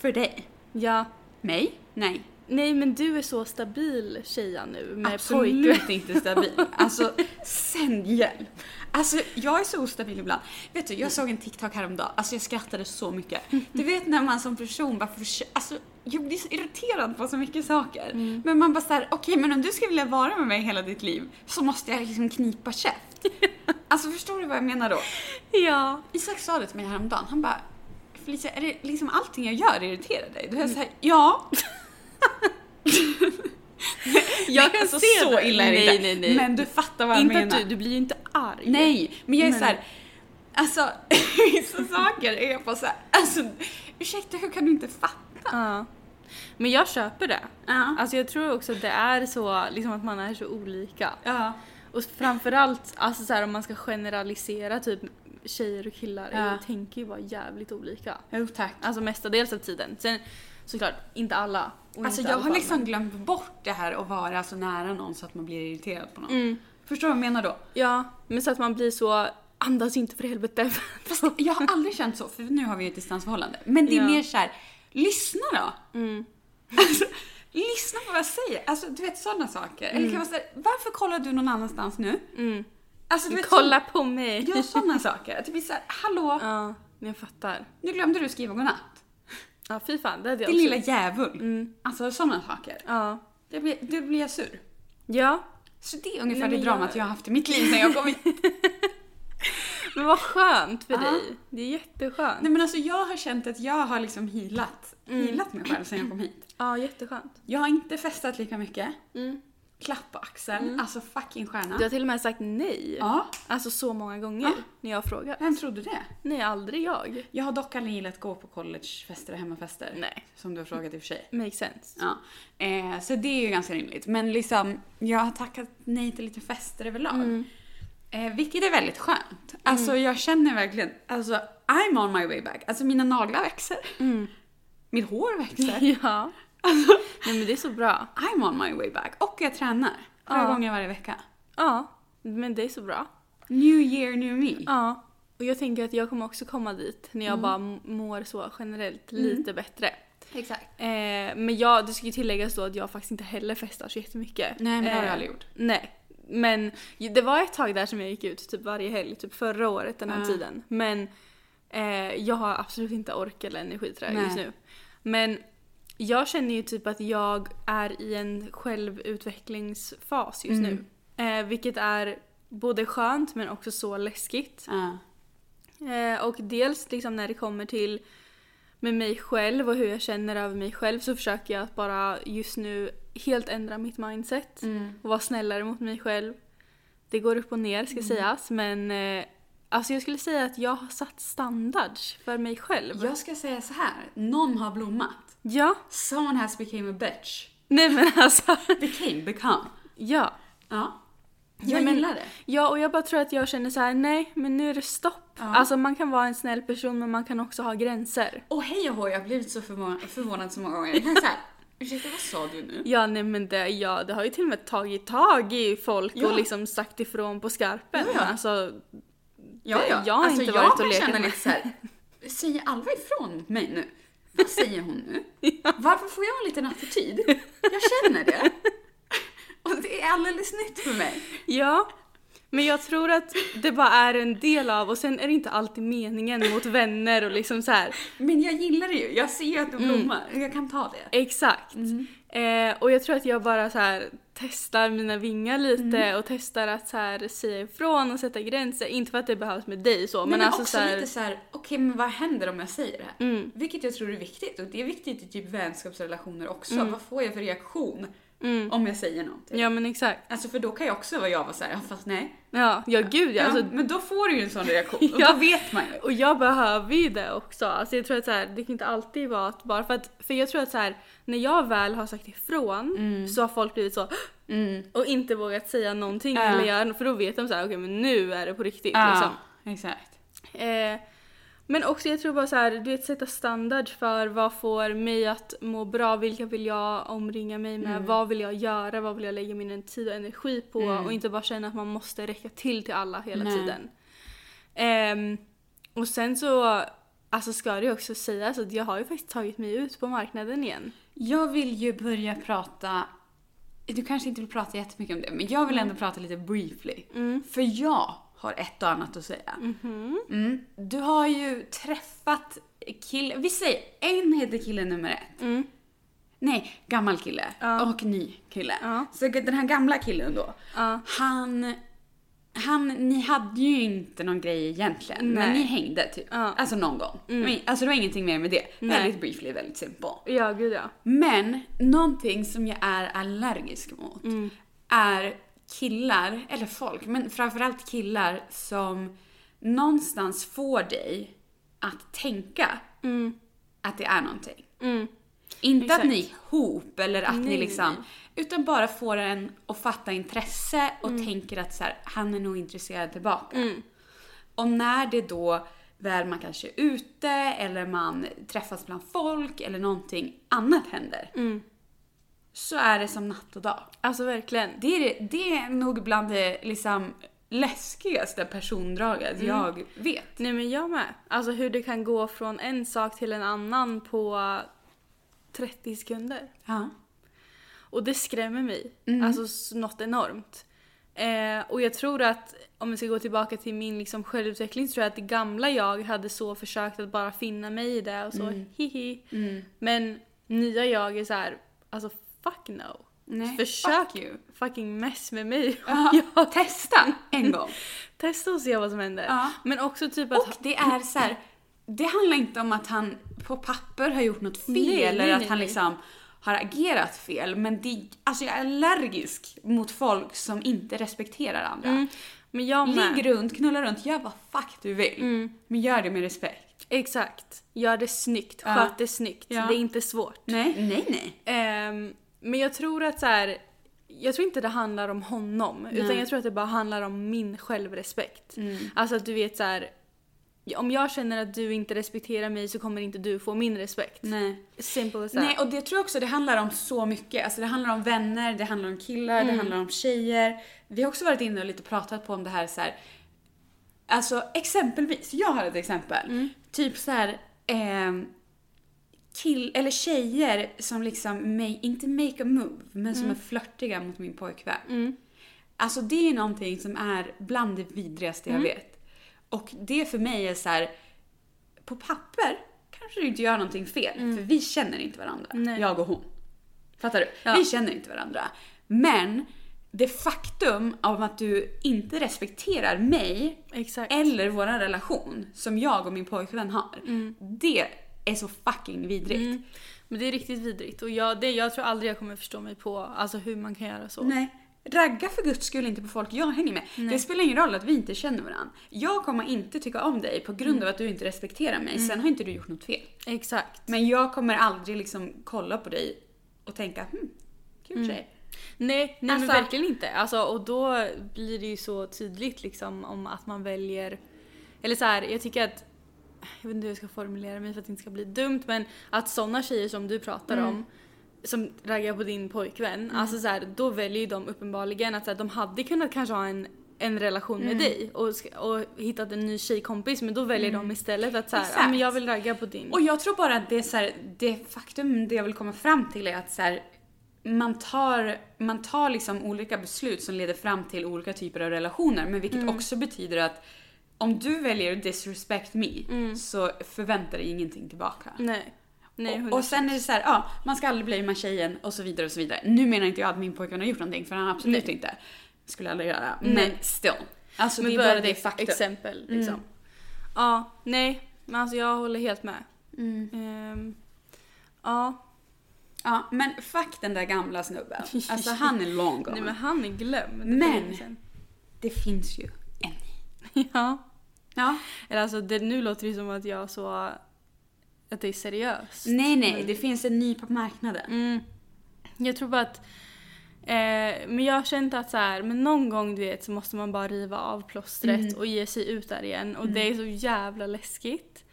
Speaker 2: För dig?
Speaker 1: Ja.
Speaker 2: Mig? Nej.
Speaker 1: Nej, men du är så stabil tjeja nu med
Speaker 2: absolut
Speaker 1: pojkvän.
Speaker 2: inte stabil. Alltså, sänd hjälp. Alltså, jag är så ostabil ibland. Vet du, jag såg en TikTok häromdagen. Alltså, jag skrattade så mycket. Du vet när man som person bara försöker... Alltså, jag blir så irriterad på så mycket saker. Men man bara såhär, okej men om du ska vilja vara med mig hela ditt liv så måste jag liksom knipa käft. Alltså förstår du vad jag menar då?
Speaker 1: Ja.
Speaker 2: Isak sa det till mig häromdagen. Han bara, Felicia, är det liksom allting jag gör irriterar dig? Då är jag såhär, ja.
Speaker 1: Jag kan
Speaker 2: alltså,
Speaker 1: se
Speaker 2: så
Speaker 1: det.
Speaker 2: illa är det
Speaker 1: Nej,
Speaker 2: inte.
Speaker 1: nej, nej.
Speaker 2: Men du fattar vad jag
Speaker 1: inte
Speaker 2: menar.
Speaker 1: att du, du blir ju inte arg.
Speaker 2: Nej, men jag är
Speaker 1: Men-
Speaker 2: så här. Alltså, vissa saker är jag på så här. Alltså, ursäkta, hur kan du inte fatta?
Speaker 1: Ja. Men jag köper det.
Speaker 2: Ja.
Speaker 1: Alltså jag tror också att det är så, liksom att man är så olika.
Speaker 2: Ja.
Speaker 1: Och framförallt, alltså så här, om man ska generalisera typ tjejer och killar
Speaker 2: Ja.
Speaker 1: eh, tänker ju vara jävligt olika.
Speaker 2: Jo, tack.
Speaker 1: Alltså mestadels av tiden. Sen såklart, inte alla. och
Speaker 2: Alltså,
Speaker 1: inte
Speaker 2: jag
Speaker 1: alla
Speaker 2: har
Speaker 1: fall,
Speaker 2: liksom glömt bort det här att vara så nära någon så att man blir irriterad på någon.
Speaker 1: men- Mm.
Speaker 2: Förstår du vad jag menar då?
Speaker 1: Ja, men så att man blir så andas inte för helvete.
Speaker 2: Fast jag har aldrig känt så, för nu har vi ju ett distansförhållande. Men det är
Speaker 1: Ja.
Speaker 2: mer så här, lyssna då!
Speaker 1: Mm.
Speaker 2: Alltså, lyssna på vad jag säger. Alltså, du vet sådana saker. Eller kan man säga, varför kollar du någon annanstans nu?
Speaker 1: Mm.
Speaker 2: Alltså, du vet,
Speaker 1: Kolla på mig!
Speaker 2: Så, gör sådana saker. Att det blir så här, hallå,
Speaker 1: Ja, men jag fattar.
Speaker 2: nu glömde du skriva godnatt.
Speaker 1: Ja, fy fan, det hade jag
Speaker 2: Din
Speaker 1: också.
Speaker 2: lilla djävul.
Speaker 1: Mm.
Speaker 2: Alltså sådana saker.
Speaker 1: Ja.
Speaker 2: Då blir, då blir jag sur.
Speaker 1: Ja,
Speaker 2: Så det är ungefär
Speaker 1: Nej, men
Speaker 2: det dramat
Speaker 1: jag-
Speaker 2: jag har haft i mitt liv sen jag kom hit.
Speaker 1: men vad skönt för
Speaker 2: Ja.
Speaker 1: dig. Det är jätteskönt.
Speaker 2: Nej men alltså jag har känt att jag har liksom healat.
Speaker 1: Mm.
Speaker 2: Healat mig själv sen jag kom hit.
Speaker 1: Ja, jätteskönt.
Speaker 2: Jag har inte festat lika mycket.
Speaker 1: Mm.
Speaker 2: Klapp på axeln. Alltså fucking stjärna.
Speaker 1: Du har till och med sagt nej.
Speaker 2: Ja,
Speaker 1: Alltså så många gånger
Speaker 2: Ja.
Speaker 1: när jag frågar.
Speaker 2: vem trodde det?
Speaker 1: Nej, aldrig jag.
Speaker 2: Jag har dock aldrig gillat att gå på collegefester och hemmafester.
Speaker 1: Nej.
Speaker 2: Som du har frågat i och för sig.
Speaker 1: Makes sense.
Speaker 2: Ja. Eh, så det är ju ganska rimligt. Men liksom, jag har tackat nej till lite fester överlag.
Speaker 1: Mm.
Speaker 2: Eh, vilket är väldigt skönt. Alltså jag känner verkligen, alltså I'm on my way back. Alltså mina naglar växer.
Speaker 1: Mm.
Speaker 2: Mitt hår växer.
Speaker 1: Ja.
Speaker 2: Alltså-
Speaker 1: Nej men det är så bra.
Speaker 2: I'm on my way back. Och jag tränar. Flera
Speaker 1: Ja.
Speaker 2: gånger varje vecka.
Speaker 1: Ja, men det är så bra.
Speaker 2: New year, new me.
Speaker 1: Ja. Och jag tänker att jag kommer också komma dit när jag
Speaker 2: Mm.
Speaker 1: bara m- mår så generellt lite bättre.
Speaker 2: Exakt.
Speaker 1: Eh, men jag, det ska ju tilläggas då att jag faktiskt inte heller festar så jättemycket.
Speaker 2: Nej men det har jag
Speaker 1: Eh,
Speaker 2: aldrig gjort.
Speaker 1: Nej. Men ju- det var ett tag där som jag gick ut typ varje helg, typ förra året den här
Speaker 2: Ja.
Speaker 1: tiden. Men eh, jag har absolut inte ork eller energi tror jag
Speaker 2: Nej.
Speaker 1: just nu. Men jag känner ju typ att jag är i en självutvecklingsfas just
Speaker 2: Mm.
Speaker 1: nu. Eh, vilket är både skönt men också så läskigt.
Speaker 2: Ja.
Speaker 1: Eh, och dels liksom när det kommer till med mig själv och hur jag känner över mig själv så försöker jag att bara just nu helt ändra mitt mindset och vara snällare mot mig själv. Det går upp och ner ska sägas men eh, alltså jag skulle säga att jag har satt standards för mig själv.
Speaker 2: Jag ska säga så här. någon har blommat.
Speaker 1: Ja,
Speaker 2: Someone has became a bitch.
Speaker 1: nej men alltså.
Speaker 2: Became, become.
Speaker 1: Ja.
Speaker 2: Ja.
Speaker 1: Nej,
Speaker 2: Jag
Speaker 1: men-
Speaker 2: gillar det.
Speaker 1: ja, och jag bara tror att jag känner så här: nej men nu är det stopp.
Speaker 2: Ja.
Speaker 1: Alltså man kan vara en snäll person men man kan också ha gränser.
Speaker 2: Och hej och hå, jag har blivit så förvånad, förvånad så många gånger. Jag kan säga, ursäkta vad sa du nu?
Speaker 1: Ja, nej men det, ja, det har ju till och med tagit tag i folk
Speaker 2: Ja.
Speaker 1: och liksom sagt ifrån på skarpen.
Speaker 2: Ja, ja.
Speaker 1: Alltså,
Speaker 2: Ja, ja.
Speaker 1: Jag har inte varit och
Speaker 2: Alltså, jag
Speaker 1: lekt
Speaker 2: känner
Speaker 1: med.
Speaker 2: lite såhär, säger alla ifrån mot mig nu? Vad säger hon nu? Varför får jag en liten attityd? Jag känner det. Och det är alldeles nytt för mig.
Speaker 1: Ja, men jag tror att det bara är en del av och sen är det inte alltid meningen mot vänner och liksom så här.
Speaker 2: Men jag gillar det ju. Jag ser ju att du
Speaker 1: Mm.
Speaker 2: blommar. Jag kan ta det. Mm.
Speaker 1: Exakt. Eh, och jag tror att jag bara så här testar mina vingar lite
Speaker 2: Mm.
Speaker 1: och testar att så här säga ifrån och sätta gränser. Inte för att det behövs med dig så
Speaker 2: Men,
Speaker 1: men,
Speaker 2: men
Speaker 1: alltså
Speaker 2: också
Speaker 1: så här,
Speaker 2: lite såhär, okej men vad händer om jag säger det här?
Speaker 1: Mm.
Speaker 2: Vilket jag tror är viktigt och det är viktigt i typ vänskapsrelationer också.
Speaker 1: Mm.
Speaker 2: Vad får jag för reaktion
Speaker 1: Mm.
Speaker 2: om jag säger någonting?
Speaker 1: Ja men exakt.
Speaker 2: Alltså för då kan jag också vara jag var såhär, "Ja, fast nej.
Speaker 1: Ja, ja gud ja.
Speaker 2: Ja,
Speaker 1: Alltså,
Speaker 2: men då får du ju en sån reaktion och
Speaker 1: Ja.
Speaker 2: då vet man ju.
Speaker 1: Och jag behöver ju det också. Alltså jag tror att så här, det kan inte alltid vara att bara för att, för jag tror att så här, när jag väl har sagt ifrån
Speaker 2: Mm.
Speaker 1: så har folk blivit så och inte vågat säga någonting
Speaker 2: Ja.
Speaker 1: eller göra något, för då vet de så här, okej men nu är det på riktigt liksom.
Speaker 2: Ja, exakt.
Speaker 1: Eh, men också jag tror bara så här, du vet sätta standard för vad får mig att må bra, vilka vill jag omringa mig med, vad vill jag göra, vad vill jag lägga min tid och energi på och inte bara känna att man måste räcka till till alla hela
Speaker 2: Nej.
Speaker 1: tiden. Ehm, och sen så alltså ska det ju också sägas att jag har ju faktiskt tagit mig ut på marknaden igen.
Speaker 2: Jag vill ju börja prata, du kanske inte vill prata jättemycket om det, men jag vill
Speaker 1: Mm.
Speaker 2: ändå prata lite briefly. För jag har ett och annat att säga.
Speaker 1: Mm-hmm.
Speaker 2: Mm. Du har ju träffat kille, vi säger en heter kille nummer ett.
Speaker 1: Mm.
Speaker 2: Nej, gammal kille
Speaker 1: Ja.
Speaker 2: och ny kille.
Speaker 1: Ja.
Speaker 2: Så den här gamla killen då,
Speaker 1: Ja.
Speaker 2: han, han, ni hade ju inte någon grej egentligen, men
Speaker 1: Nej.
Speaker 2: ni hängde typ.
Speaker 1: Ja. Mm.
Speaker 2: Alltså någon gång. Men, alltså det var ingenting mer med det.
Speaker 1: Nej.
Speaker 2: Väldigt briefly, väldigt simple.
Speaker 1: Ja, gud ja.
Speaker 2: Men någonting som jag är allergisk mot
Speaker 1: Mm.
Speaker 2: är killar, eller folk, men framförallt killar som någonstans får dig att tänka att det är någonting.
Speaker 1: Mm.
Speaker 2: Inte att
Speaker 1: Exakt.
Speaker 2: ni är ihop eller att ni
Speaker 1: Nej,
Speaker 2: liksom...
Speaker 1: nej. Mm.
Speaker 2: Utan bara får en att fatta intresse och tänker att så här, han är nog intresserad tillbaka. Och när det då väl man kanske är ute eller man träffas bland folk eller någonting annat händer.
Speaker 1: Mm.
Speaker 2: Så är det som natt och dag.
Speaker 1: Alltså verkligen.
Speaker 2: Det är, det är nog bland det liksom läskigaste persondraget
Speaker 1: Mm.
Speaker 2: jag vet.
Speaker 1: Nej men jag med. Alltså hur det kan gå från en sak till en annan på 30 sekunder.
Speaker 2: Ja.
Speaker 1: Och det skrämmer mig.
Speaker 2: Mm.
Speaker 1: Alltså s- något enormt. Eh, och jag tror att om vi ska gå tillbaka till min liksom, självutveckling så tror jag att det gamla jag hade så försökt att bara finna mig i det och så
Speaker 2: Mm.
Speaker 1: hihi. Men nya jag är så här, alltså fuck no.
Speaker 2: Nej,
Speaker 1: Försök
Speaker 2: fuck you.
Speaker 1: fucking mess med mig.
Speaker 2: Ja, testa en gång.
Speaker 1: Testa och se vad som händer.
Speaker 2: Ja.
Speaker 1: Men också typ att...
Speaker 2: Och det är så här, det handlar inte om att han på papper har gjort något fel
Speaker 1: Nej,
Speaker 2: eller
Speaker 1: nej,
Speaker 2: att
Speaker 1: nej,
Speaker 2: han
Speaker 1: nej.
Speaker 2: liksom har agerat fel. Men det, alltså jag är allergisk mot folk som inte respekterar andra.
Speaker 1: Mm, men jag med.
Speaker 2: Ligg runt, knulla runt, gör vad fuck du vill. Men gör det med respekt.
Speaker 1: Exakt. Gör det snyggt.
Speaker 2: Ja.
Speaker 1: Sköt det snyggt.
Speaker 2: Ja.
Speaker 1: Det är inte svårt.
Speaker 2: Nej, nej, nej.
Speaker 1: Ehm, men jag tror att så här, Jag tror inte det handlar om honom. Utan jag tror att det bara handlar om min självrespekt.
Speaker 2: Mm.
Speaker 1: Alltså att du vet så här. Om jag känner att du inte respekterar mig så kommer inte du få min respekt.
Speaker 2: Nej.
Speaker 1: Simple as that.
Speaker 2: Nej, och det tror jag också det handlar om så mycket. Alltså det handlar om vänner, det handlar om killar, det handlar om tjejer. Vi har också varit inne och lite pratat på om det här så här. Alltså exempelvis, jag har ett exempel.
Speaker 1: Mm.
Speaker 2: Typ så här. ehm, kill, eller tjejer som liksom, ma- inte make a move, men
Speaker 1: Mm.
Speaker 2: som är flörtiga mot min pojkvän. Alltså det är någonting som är bland det vidrigaste
Speaker 1: Mm.
Speaker 2: jag vet. Och det för mig är så här. på papper kanske du inte gör någonting fel, för vi känner inte varandra.
Speaker 1: Mm. Nej.
Speaker 2: Jag och hon. Fattar du?
Speaker 1: Ja.
Speaker 2: Vi känner inte varandra. Men det faktum av att du inte respekterar mig
Speaker 1: Exakt.
Speaker 2: eller vår relation som jag och min pojkvän har. Det är så fucking vidrigt.
Speaker 1: Mm. Men det är riktigt vidrigt. Och jag, det, jag tror aldrig jag kommer förstå mig på alltså, hur man kan göra så.
Speaker 2: Nej. Ragga för guds skull inte på folk jag hänger med. Det spelar ingen roll att vi inte känner varandra. Jag kommer inte tycka om dig på grund av att du inte respekterar mig. Sen har inte du gjort något fel.
Speaker 1: Exakt.
Speaker 2: Men jag kommer aldrig liksom kolla på dig och tänka hm, kul tjej.
Speaker 1: Nej, nej
Speaker 2: Alltså-
Speaker 1: men verkligen inte. Alltså, och då blir det ju så tydligt liksom om att man väljer... Eller så här, jag tycker att... Jag vet inte hur jag ska formulera mig för att det inte ska bli dumt men att sådana tjejer som du pratar
Speaker 2: Mm.
Speaker 1: om som raggar på din pojkvän, alltså så här, då väljer ju de uppenbarligen att så här, de hade kunnat kanske ha en en relation
Speaker 2: Mm.
Speaker 1: med dig och, ska- och hittat en ny tjejkompis men då väljer de istället att såhär,
Speaker 2: Mm. Exakt.
Speaker 1: ah, men jag vill ragga på din.
Speaker 2: Och jag tror bara att det, är så här, det faktum det jag vill komma fram till är att så här, man tar, man tar liksom olika beslut som leder fram till olika typer av relationer men vilket
Speaker 1: Mm.
Speaker 2: också betyder att om du väljer att disrespect me så förväntar dig ingenting tillbaka.
Speaker 1: Mm. Nej. Mm. Nej,
Speaker 2: och, och
Speaker 1: hundra-
Speaker 2: sen är det så här, ja, man ska aldrig blamea tjejen och så vidare och så vidare. Nu menar inte jag att min pojkvän har gjort någonting för han har absolut inte. Skulle aldrig göra. Men
Speaker 1: Nej.
Speaker 2: still. Alltså
Speaker 1: men
Speaker 2: det är bara det
Speaker 1: ett
Speaker 2: faktum. Mm.
Speaker 1: exempel liksom. Ja, nej. Men alltså jag håller helt med. Ehm, ja,
Speaker 2: Ja, men fuck den där gamla snubben. Alltså han är long gone.
Speaker 1: nej men han är glömd. för
Speaker 2: Men-
Speaker 1: länge sedan.
Speaker 2: Det finns ju en ny.
Speaker 1: ja.
Speaker 2: Ja.
Speaker 1: Eller alltså det, nu låter det som att jag så... Att det är seriöst.
Speaker 2: Nej, nej,
Speaker 1: Men-
Speaker 2: det finns en ny på marknaden.
Speaker 1: Mm. Jag tror bara att... Eh, men jag har känt att så här, men någon gång du vet så måste man bara riva av plåstret
Speaker 2: Mm.
Speaker 1: och ge sig ut där igen. Och det är så jävla läskigt.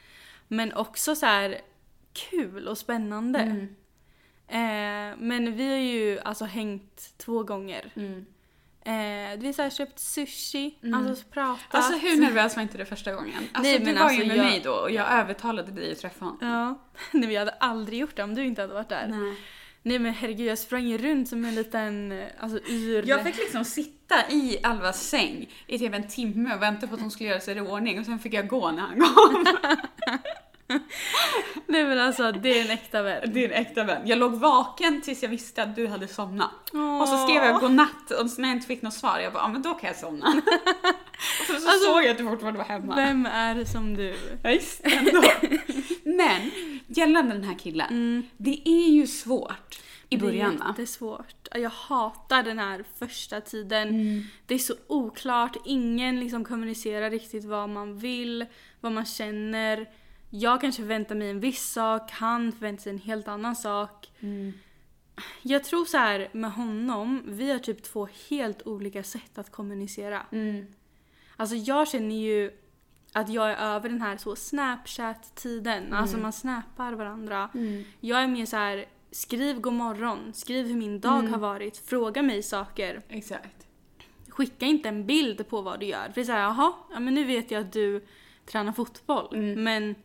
Speaker 1: Men också så här kul och spännande.
Speaker 2: Mm.
Speaker 1: Eh, men vi har ju alltså hängt två gånger. Eh, vi har så här, köpt sushi, alltså pratat.
Speaker 2: Mm. Alltså hur nervös var inte du första gången? Alltså
Speaker 1: Nej,
Speaker 2: du
Speaker 1: men
Speaker 2: var
Speaker 1: alltså,
Speaker 2: ju med
Speaker 1: jag-
Speaker 2: mig då och jag övertalade dig att träffa honom. Mm.
Speaker 1: Ja. Nej men jag hade aldrig gjort det om du inte hade varit där. Nej,
Speaker 2: Nej. men...
Speaker 1: men herregud jag sprang ju runt som en liten, eh, alltså ur...
Speaker 2: Jag fick liksom sitta i Alvas säng i typ en timme och vänta på att hon skulle göra sig i ordning och sen fick jag gå när han kom.
Speaker 1: Nej men alltså det är en äkta värld.
Speaker 2: Det är en äkta vän. Jag låg vaken tills jag visste att du hade somnat.
Speaker 1: Åh.
Speaker 2: Och så skrev jag godnatt och när jag inte fick något svar jag bara ah, men då kan jag somna. och så, så
Speaker 1: Alltså,
Speaker 2: såg jag att du fortfarande var hemma.
Speaker 1: Vem är som du?
Speaker 2: Ja, Visst, ändå. Men gällande den här killen, det är ju svårt i början
Speaker 1: Mm,
Speaker 2: va?
Speaker 1: Det är jättesvårt. Jag hatar den här första tiden.
Speaker 2: Mm.
Speaker 1: Det är så oklart, ingen liksom kommunicerar riktigt vad man vill, vad man känner. Jag kanske väntar mig en viss sak, han förväntar sig en helt annan sak. Jag tror så här med honom, vi har typ två helt olika sätt att kommunicera. Alltså jag känner ju att jag är över den här så snapchat-tiden,
Speaker 2: Mm.
Speaker 1: alltså man snappar varandra. Jag är mer så här skriv god morgon, skriv hur min dag
Speaker 2: Mm.
Speaker 1: har varit, fråga mig saker.
Speaker 2: Exakt.
Speaker 1: Skicka inte en bild på vad du gör. För det är såhär, jaha, ja, men nu vet jag att du tränar fotboll. Men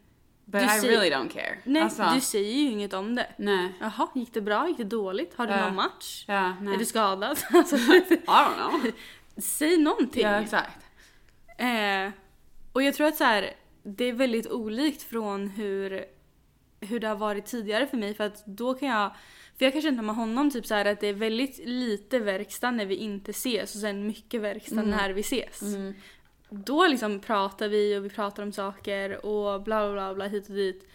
Speaker 2: But
Speaker 1: Du
Speaker 2: I
Speaker 1: ser-
Speaker 2: really don't care.
Speaker 1: nej,
Speaker 2: Mm. Alltså,
Speaker 1: du säger ju inget om det.
Speaker 2: nej.
Speaker 1: Jaha, gick det bra? Gick det dåligt? Har du
Speaker 2: Ja.
Speaker 1: någon match?
Speaker 2: Ja, nej.
Speaker 1: Är du skadad? Alltså, du-
Speaker 2: I don't know.
Speaker 1: Säg någonting.
Speaker 2: Ja, exakt.
Speaker 1: Eh, och jag tror att så här, det är väldigt olikt från hur, hur det har varit tidigare för mig för att då kan jag för jag kan känna med honom typ så här att det är väldigt lite verkstad när vi inte ses och sen mycket verkstad när vi ses.
Speaker 2: Mm.
Speaker 1: Då liksom pratar vi och vi pratar om saker och bla bla bla, bla hit och dit.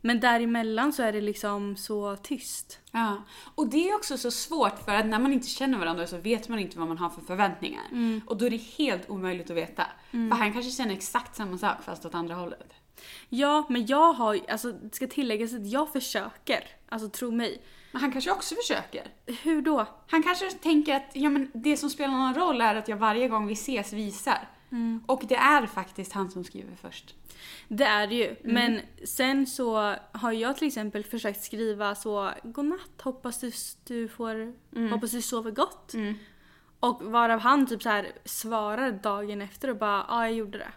Speaker 1: Men däremellan så är det liksom så tyst.
Speaker 2: Ja. Och det är också så svårt för att när man inte känner varandra så vet man inte vad man har för förväntningar. Och då är det helt omöjligt att veta.
Speaker 1: Mm.
Speaker 2: För han kanske känner exakt samma sak fast åt andra hållet.
Speaker 1: Ja, men jag har ju- alltså det ska tilläggas att jag försöker, alltså tro mig.
Speaker 2: Men han kanske också försöker.
Speaker 1: Hur då?
Speaker 2: Han kanske tänker att ja, men det som spelar någon roll är att jag varje gång vi ses visar.
Speaker 1: Mm.
Speaker 2: Och det är faktiskt han som skriver först.
Speaker 1: Det är det ju.
Speaker 2: Mm.
Speaker 1: Men sen så har jag till exempel försökt skriva så godnatt, hoppas du, du, får,
Speaker 2: Mm.
Speaker 1: hoppas du sover gott. Och varav han typ så här svarar dagen efter och bara ja, jag gjorde det.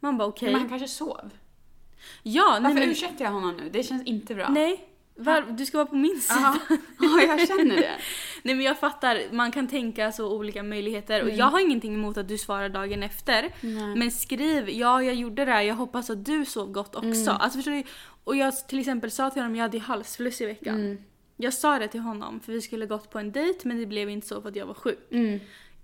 Speaker 1: Man bara okej.
Speaker 2: Men han kanske sov.
Speaker 1: Ja, nej
Speaker 2: Varför
Speaker 1: men
Speaker 2: ursäktar jag honom nu? Det känns inte bra.
Speaker 1: nej. Var, du ska vara på min sida.
Speaker 2: Jaha. Ja, jag känner det.
Speaker 1: Nej men jag fattar, man kan tänka så olika möjligheter
Speaker 2: Mm.
Speaker 1: och jag har ingenting emot att du svarar dagen efter.
Speaker 2: Nej.
Speaker 1: Men skriv, ja jag gjorde det, här, jag hoppas att du sov gott också. Alltså förstår du? Och jag till exempel sa till honom, jag hade ju halsfluss i veckan.
Speaker 2: Mm.
Speaker 1: Jag sa det till honom för vi skulle gått på en dejt men det blev inte så för att jag var sjuk.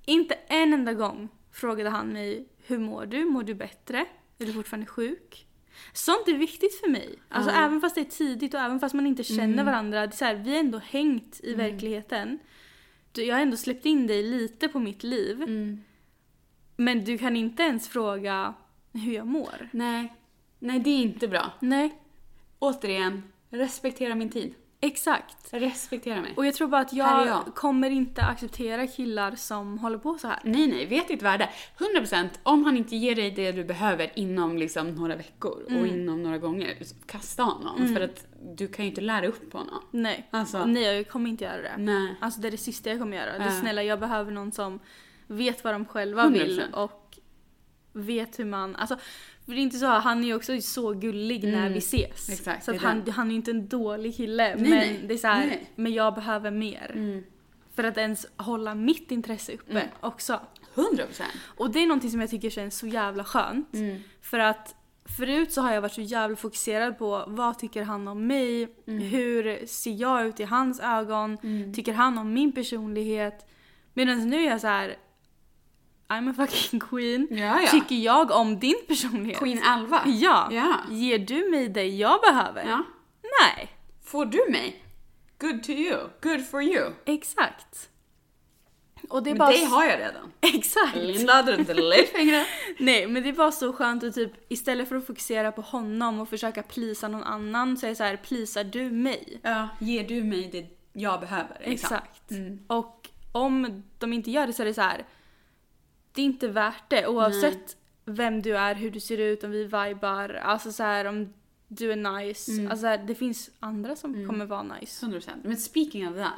Speaker 1: Inte en enda gång frågade han mig, hur mår du? Mår du bättre? Är du fortfarande sjuk? Sånt är viktigt för mig. Alltså även fast det är tidigt och även fast man inte känner varandra. Det är så här, vi har ändå hängt i verkligheten. Du, jag har ändå släppt in dig lite på mitt liv.
Speaker 2: Mm.
Speaker 1: Men du kan inte ens fråga hur jag mår.
Speaker 2: Nej. Nej, det är inte bra.
Speaker 1: Nej,
Speaker 2: Återigen, respektera min tid.
Speaker 1: exakt.
Speaker 2: Respektera mig.
Speaker 1: Och jag tror bara att
Speaker 2: Här
Speaker 1: jag,
Speaker 2: är jag.
Speaker 1: kommer inte acceptera killar som håller på så här.
Speaker 2: Nej, nej, vet ditt värde. 100% om han inte ger dig det du behöver inom liksom några veckor och
Speaker 1: Mm.
Speaker 2: inom några gånger, kasta honom. För att du kan ju inte lära upp honom.
Speaker 1: Nej.
Speaker 2: Alltså.
Speaker 1: Nej, jag kommer inte göra det.
Speaker 2: Nej.
Speaker 1: Alltså det är det sista jag kommer göra. Du
Speaker 2: Ja.
Speaker 1: snälla, jag behöver någon som vet vad de själva
Speaker 2: 100%.
Speaker 1: vill och vet hur man, alltså för det är inte så, han är ju också så gullig när
Speaker 2: Mm.
Speaker 1: vi ses.
Speaker 2: Exakt,
Speaker 1: så
Speaker 2: det
Speaker 1: att
Speaker 2: är det.
Speaker 1: han, han är ju inte en dålig kille
Speaker 2: Nej,
Speaker 1: men
Speaker 2: nej.
Speaker 1: det är så här,
Speaker 2: Nej.
Speaker 1: men jag behöver mer. För att ens hålla mitt intresse uppe
Speaker 2: Mm.
Speaker 1: också.
Speaker 2: 100 procent.
Speaker 1: Och det är någonting som jag tycker känns så jävla skönt. För att förut så har jag varit så jävla fokuserad på vad tycker han om mig?
Speaker 2: Mm.
Speaker 1: Hur ser jag ut i hans ögon? Tycker han om min personlighet? Medan nu är jag så här. I'm a fucking queen.
Speaker 2: Ja, ja.
Speaker 1: Tycker jag om din personlighet?
Speaker 2: Queen Alva.
Speaker 1: Ja.
Speaker 2: Ja.
Speaker 1: Ger du mig det jag behöver?
Speaker 2: ja.
Speaker 1: Nej.
Speaker 2: Får du mig? Good to you. Good for you.
Speaker 1: Exakt. Och det är
Speaker 2: Men
Speaker 1: bara...
Speaker 2: det har jag redan.
Speaker 1: Exakt.
Speaker 2: Linda hade inte lejt fingret.
Speaker 1: Nej men det var så skönt att typ istället för att fokusera på honom och försöka plisa någon annan så är det så här, plisar du mig?
Speaker 2: Ja. Ger du mig det jag behöver? liksom.
Speaker 1: Exakt. Och om de inte gör det så är det så här. det är inte värt det oavsett vem du är, hur du ser ut, om vi vibar, alltså så här om du är nice. Alltså så här, det finns andra som kommer vara nice.
Speaker 2: 100%. Men speaking of that.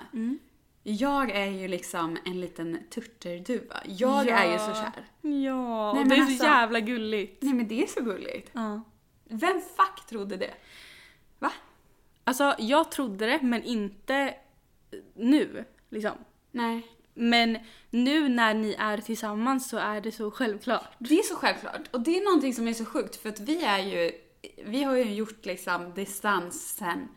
Speaker 2: Jag är ju liksom en liten turturduva. Jag är ju så kär.
Speaker 1: Ja,
Speaker 2: Nej, men
Speaker 1: och det är så
Speaker 2: alltså-
Speaker 1: jävla gulligt.
Speaker 2: Nej men det är så gulligt.
Speaker 1: Ja.
Speaker 2: Vem fuck trodde det? Va?
Speaker 1: Alltså jag trodde det men inte nu liksom.
Speaker 2: Nej.
Speaker 1: Men nu när ni är tillsammans så är det så självklart.
Speaker 2: Det är så självklart. Och det är någonting som är så sjukt för att vi är ju, vi har ju gjort liksom distans sen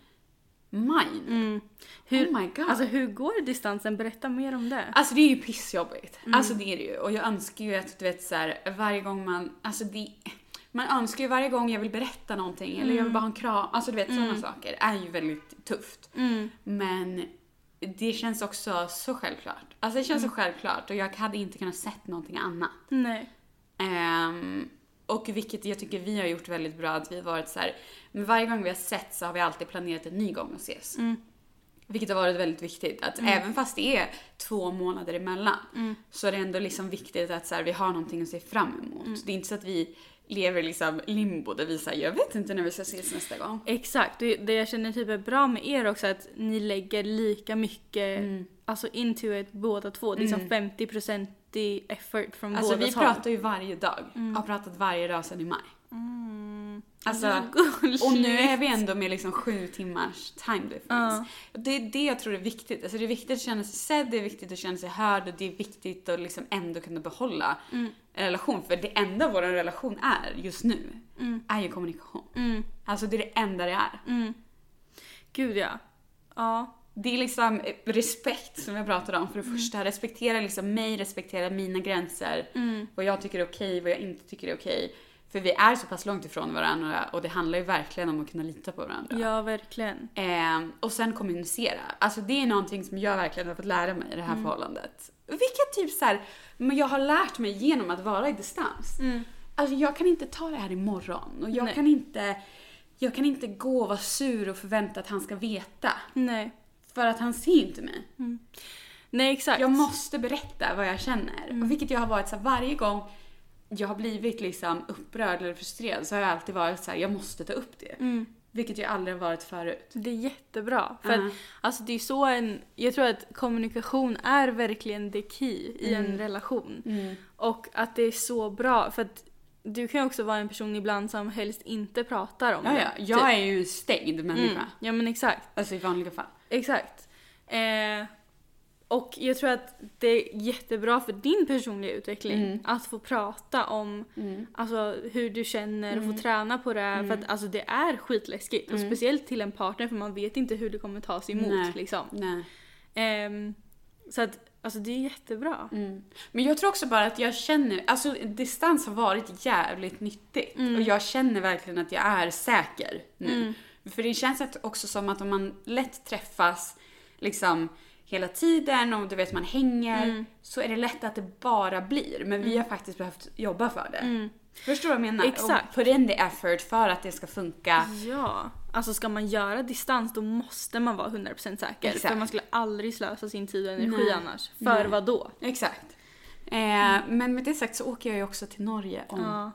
Speaker 2: maj. nu.
Speaker 1: Hur,
Speaker 2: Oh my god.
Speaker 1: Alltså hur går distansen? Berätta mer om det.
Speaker 2: Alltså det är ju pissjobbigt. Alltså det är det ju. Och jag önskar ju att du vet så här, varje gång man, alltså det, man önskar ju varje gång jag vill berätta någonting eller jag vill bara ha en kram. Alltså du vet sådana saker är ju väldigt tufft. Men det känns också så självklart. Alltså det känns så självklart och jag hade inte kunnat sett någonting annat.
Speaker 1: Nej.
Speaker 2: Ehm, och vilket jag tycker vi har gjort väldigt bra, att vi har varit så här, men varje gång vi har sett så har vi alltid planerat en ny gång att ses. Vilket har varit väldigt viktigt, att även fast det är två månader emellan så är det ändå liksom viktigt att så här, vi har någonting att se fram emot. Det är inte så att vi lever i liksom limbo där vi säger jag vet inte när vi ska ses nästa gång.
Speaker 1: Exakt, det, det jag känner typ är bra med er också är att ni lägger lika mycket
Speaker 2: Mm.
Speaker 1: alltså into it båda två. Det är som 50% i effort från
Speaker 2: Alltså
Speaker 1: båda Mm.
Speaker 2: vi pratar ju varje dag, har pratat varje dag sedan i maj. Alltså,
Speaker 1: gulligt.
Speaker 2: och nu är vi ändå med liksom sju timmars time difference. Det är det jag tror är viktigt. Alltså det är viktigt att känna sig sedd, det är viktigt att känna sig hörd och det är viktigt att liksom ändå kunna behålla en relation. För det enda vår relation är just nu är ju kommunikation.
Speaker 1: Mm,
Speaker 2: Alltså det är det enda det är.
Speaker 1: mm. Gud ja. Ja.
Speaker 2: Det är liksom eh, respekt som jag pratade om för
Speaker 1: Mm.
Speaker 2: det första. Respektera liksom mig, respektera mina gränser. Vad jag tycker är okej, vad jag inte tycker är okej. För vi är så pass långt ifrån varandra och det handlar ju verkligen om att kunna lita på varandra.
Speaker 1: Ja, verkligen.
Speaker 2: Ehm, och sen kommunicera. Alltså det är någonting som jag verkligen har fått lära mig i det här
Speaker 1: Mm.
Speaker 2: förhållandet. Vilket typ så här, men jag har lärt mig genom att vara i distans. Alltså jag kan inte ta det här imorgon och jag
Speaker 1: Mm. Nej.
Speaker 2: kan inte jag kan inte gå och vara sur och förvänta att han ska veta.
Speaker 1: Nej.
Speaker 2: För att han ser inte mig.
Speaker 1: Nej, exakt. Mm.
Speaker 2: Jag måste berätta vad jag känner. Och vilket jag har varit så här, varje gång jag har blivit liksom upprörd eller frustrerad så har jag alltid varit så här, jag måste ta upp det. Vilket jag aldrig har varit förut.
Speaker 1: Det är jättebra. För
Speaker 2: Ja.
Speaker 1: att, alltså, det är så en, jag tror att kommunikation är verkligen the key i
Speaker 2: Mm.
Speaker 1: en relation. Och att det är så bra. För att du kan ju också vara en person ibland som helst inte pratar om
Speaker 2: Ja,
Speaker 1: det.
Speaker 2: ja. Jag är ju en stängd människa.
Speaker 1: Typ. Mm. Ja men exakt.
Speaker 2: Alltså i vanliga fall.
Speaker 1: Exakt. Eh, och jag tror att det är jättebra för din personliga utveckling
Speaker 2: Mm.
Speaker 1: att få prata om alltså, hur du känner och få
Speaker 2: Mm.
Speaker 1: träna på det. För att alltså, det är skitläskigt. Och speciellt till en partner för man vet inte hur det kommer tas
Speaker 2: Nej.
Speaker 1: emot. Liksom.
Speaker 2: Nej.
Speaker 1: Ehm, så att alltså, det är jättebra.
Speaker 2: Men jag tror också bara att jag känner, alltså distans har varit jävligt nyttigt.
Speaker 1: Mm.
Speaker 2: Och jag känner verkligen att jag är säker nu. För det känns att- också som att om man lätt träffas liksom hela tiden och du vet man hänger
Speaker 1: Mm.
Speaker 2: så är det lätt att det bara blir. Men vi har faktiskt behövt jobba för det. Förstår du vad jag menar?
Speaker 1: Mm. Exakt. Mm.
Speaker 2: Och put in the effort för att det ska funka.
Speaker 1: Ja, alltså ska man göra distans då måste man vara 100% säker.
Speaker 2: Exakt.
Speaker 1: För man skulle aldrig slösa sin tid och energi
Speaker 2: Nej.
Speaker 1: annars. För
Speaker 2: Nej.
Speaker 1: vad då?
Speaker 2: Exakt. Eh, Men med det sagt så åker jag ju också till Norge om
Speaker 1: Ja.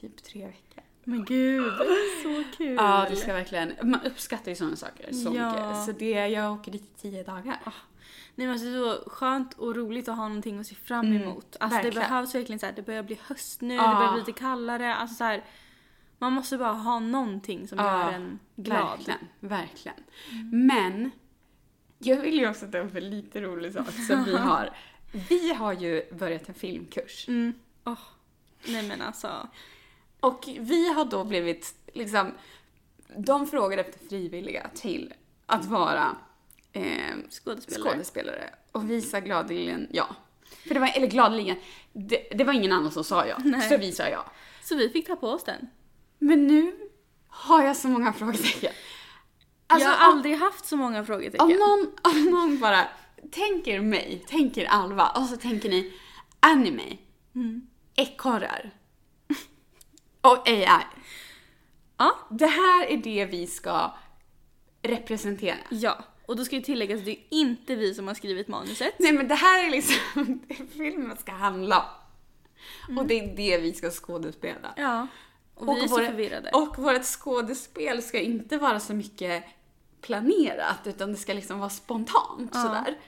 Speaker 2: typ tre veckor.
Speaker 1: Men gud, så kul.
Speaker 2: Ja, det ska verkligen. Man uppskattar ju sådana saker så
Speaker 1: Ja.
Speaker 2: mycket. Så det, jag åker dit i tio dagar.
Speaker 1: Nej, men alltså, det är så skönt och roligt att ha någonting att se fram
Speaker 2: Mm,
Speaker 1: emot. Alltså, det
Speaker 2: verkligen.
Speaker 1: behövs verkligen så här, det börjar bli höst nu,
Speaker 2: Ja.
Speaker 1: det börjar bli lite kallare. Alltså, så här, man måste bara ha någonting som
Speaker 2: Ja,
Speaker 1: gör en glad. Mm.
Speaker 2: Verkligen, verkligen. Men jag vill ju också ta upp en lite rolig sak som vi har. Vi har ju börjat en filmkurs.
Speaker 1: Mm. Åh. Nej men alltså.
Speaker 2: Och vi har då blivit, liksom, de frågar efter frivilliga till att vara eh,
Speaker 1: Skådespelare.
Speaker 2: skådespelare. Och visa gladeligen ja. För det var, eller gladeligen, det, det var ingen annan som sa ja.
Speaker 1: Nej.
Speaker 2: Så vi sa ja.
Speaker 1: Så vi fick ta på oss den.
Speaker 2: Men nu har jag så många frågetecken. Alltså,
Speaker 1: jag har aldrig haft så många frågetecken.
Speaker 2: Om någon, om någon bara tänker mig, tänker Alva och så tänker ni anime,
Speaker 1: Mm.
Speaker 2: ekorrar och AI.
Speaker 1: Ja.
Speaker 2: Det här är det vi ska representera.
Speaker 1: Ja. Och då ska ju tilläggas att det är inte vi som har skrivit manuset.
Speaker 2: Nej men det här är liksom det filmen ska handla om.
Speaker 1: Mm.
Speaker 2: Och det är det vi ska skådespela.
Speaker 1: Ja. Och, vi är så
Speaker 2: våra-
Speaker 1: förvirrade.
Speaker 2: Och vårt skådespel ska inte vara så mycket planerat utan det ska liksom vara spontant
Speaker 1: Ja.
Speaker 2: sådär.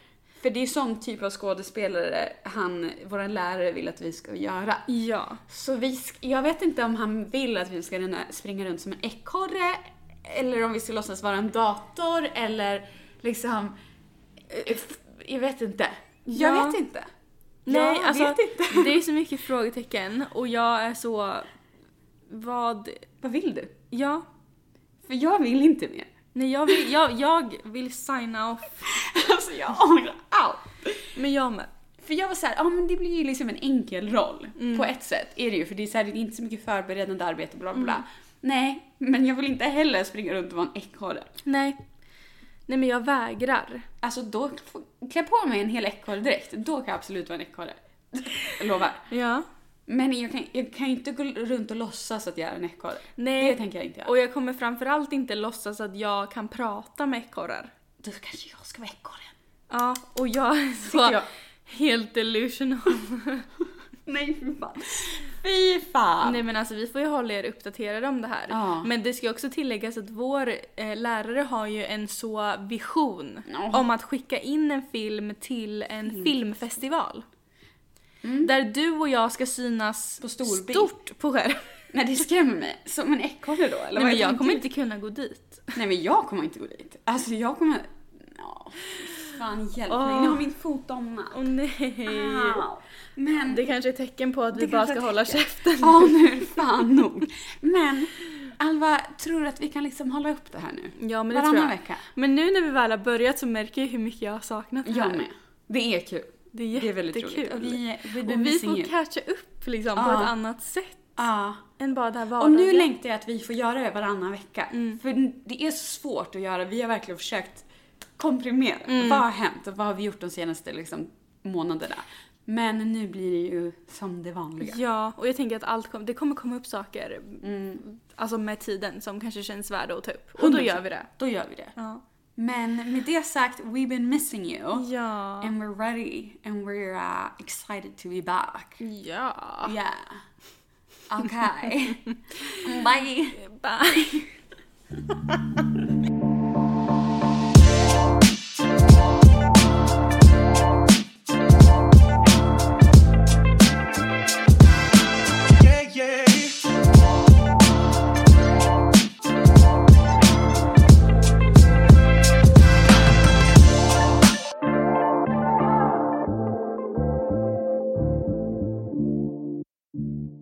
Speaker 2: För det är sån typ av skådespelare han, vår lärare vill att vi ska göra.
Speaker 1: Ja.
Speaker 2: Så vi, sk- jag vet inte om han vill att vi ska rena- springa runt som en ekorre eller om vi ska låtsas vara en dator eller liksom... eh, f- Jag vet inte. Jag
Speaker 1: Ja.
Speaker 2: vet inte.
Speaker 1: Nej,
Speaker 2: jag
Speaker 1: alltså
Speaker 2: vet inte.
Speaker 1: det är så mycket frågetecken och jag är så... Vad...
Speaker 2: Vad vill du?
Speaker 1: Ja.
Speaker 2: För jag vill inte mer.
Speaker 1: Nej, jag vill, jag, jag vill signa off.
Speaker 2: Alltså jag ångrar allt.
Speaker 1: Men jag med.
Speaker 2: För jag var såhär, ja men det blir ju liksom en enkel roll.
Speaker 1: Mm.
Speaker 2: På ett sätt är det ju, för det är, så här, det är inte så mycket förberedande arbete bla bla bla.
Speaker 1: Mm.
Speaker 2: Nej, men jag vill inte heller springa runt och vara en ekorre.
Speaker 1: Nej. Nej men jag vägrar.
Speaker 2: Alltså då, f- klä på mig en hel ekorrdräkt, då kan jag absolut vara en ekorre. Jag lovar.
Speaker 1: Ja.
Speaker 2: Men jag kan, jag kan ju inte gå runt och låtsas att jag är en ekorre. Det
Speaker 1: Nej.
Speaker 2: tänker jag inte göra.
Speaker 1: Och jag kommer framförallt inte låtsas att jag kan prata med ekorrar.
Speaker 2: Då kanske jag ska vara ekorren.
Speaker 1: Ja, och jag är
Speaker 2: Tycker
Speaker 1: så
Speaker 2: jag.
Speaker 1: helt delusional.
Speaker 2: Nej fy fan. Fy fan.
Speaker 1: Nej men alltså vi får ju hålla er uppdaterade om det här.
Speaker 2: Ja.
Speaker 1: Men det ska också tilläggas att vår eh, lärare har ju en så vision
Speaker 2: Ja.
Speaker 1: om att skicka in en film till en filmfestival.
Speaker 2: Mm.
Speaker 1: Där du och jag ska synas
Speaker 2: På storbild.
Speaker 1: stort på skärm.
Speaker 2: Nej det skrämmer mig. Som en ekorre då? Eller vad
Speaker 1: Nej, men jag
Speaker 2: tänkte
Speaker 1: kommer
Speaker 2: du?
Speaker 1: inte kunna gå dit.
Speaker 2: Nej men jag kommer inte gå dit. Alltså jag kommer... Ja, fan hjälp mig.
Speaker 1: Åh.
Speaker 2: Nu har min fot domnat.
Speaker 1: Åh nej.
Speaker 2: Au. Men...
Speaker 1: Ah. Det kanske är ett tecken på att vi
Speaker 2: Det
Speaker 1: bara
Speaker 2: kanske är
Speaker 1: ska
Speaker 2: ett
Speaker 1: hålla käften.
Speaker 2: Ja nu är det fan nog. Men Alva, tror du att vi kan liksom hålla upp det här nu?
Speaker 1: Ja men det tror
Speaker 2: Varannan
Speaker 1: jag.
Speaker 2: vecka.
Speaker 1: Men nu när vi väl har börjat så märker jag hur mycket jag har saknat det här.
Speaker 2: Jag med. Det är kul.
Speaker 1: Det är
Speaker 2: Det är väldigt
Speaker 1: jättekul.
Speaker 2: roligt. Vi, vi,
Speaker 1: Och vi får catcha upp liksom på
Speaker 2: Ja.
Speaker 1: ett annat sätt
Speaker 2: Ja.
Speaker 1: än bara det här
Speaker 2: Och
Speaker 1: vardagliga.
Speaker 2: nu längtar jag att vi får göra det varannan vecka.
Speaker 1: Mm.
Speaker 2: För det är så svårt att göra. Vi har verkligen försökt komprimera.
Speaker 1: Mm.
Speaker 2: Vad har hänt och vad har vi gjort de senaste liksom, månaderna? Men nu blir det ju som det vanliga.
Speaker 1: Ja, och jag tänker att allt kom, det kommer komma upp saker
Speaker 2: Mm.
Speaker 1: alltså med tiden som kanske känns värda att ta upp. Och då
Speaker 2: 100%.
Speaker 1: gör vi det.
Speaker 2: Då gör vi det.
Speaker 1: Ja.
Speaker 2: Men med det sagt, we've been missing you.
Speaker 1: Ja.
Speaker 2: And we're ready. And we're uh, excited to be back.
Speaker 1: Ja.
Speaker 2: Yeah. Okay. Bye.
Speaker 1: Bye.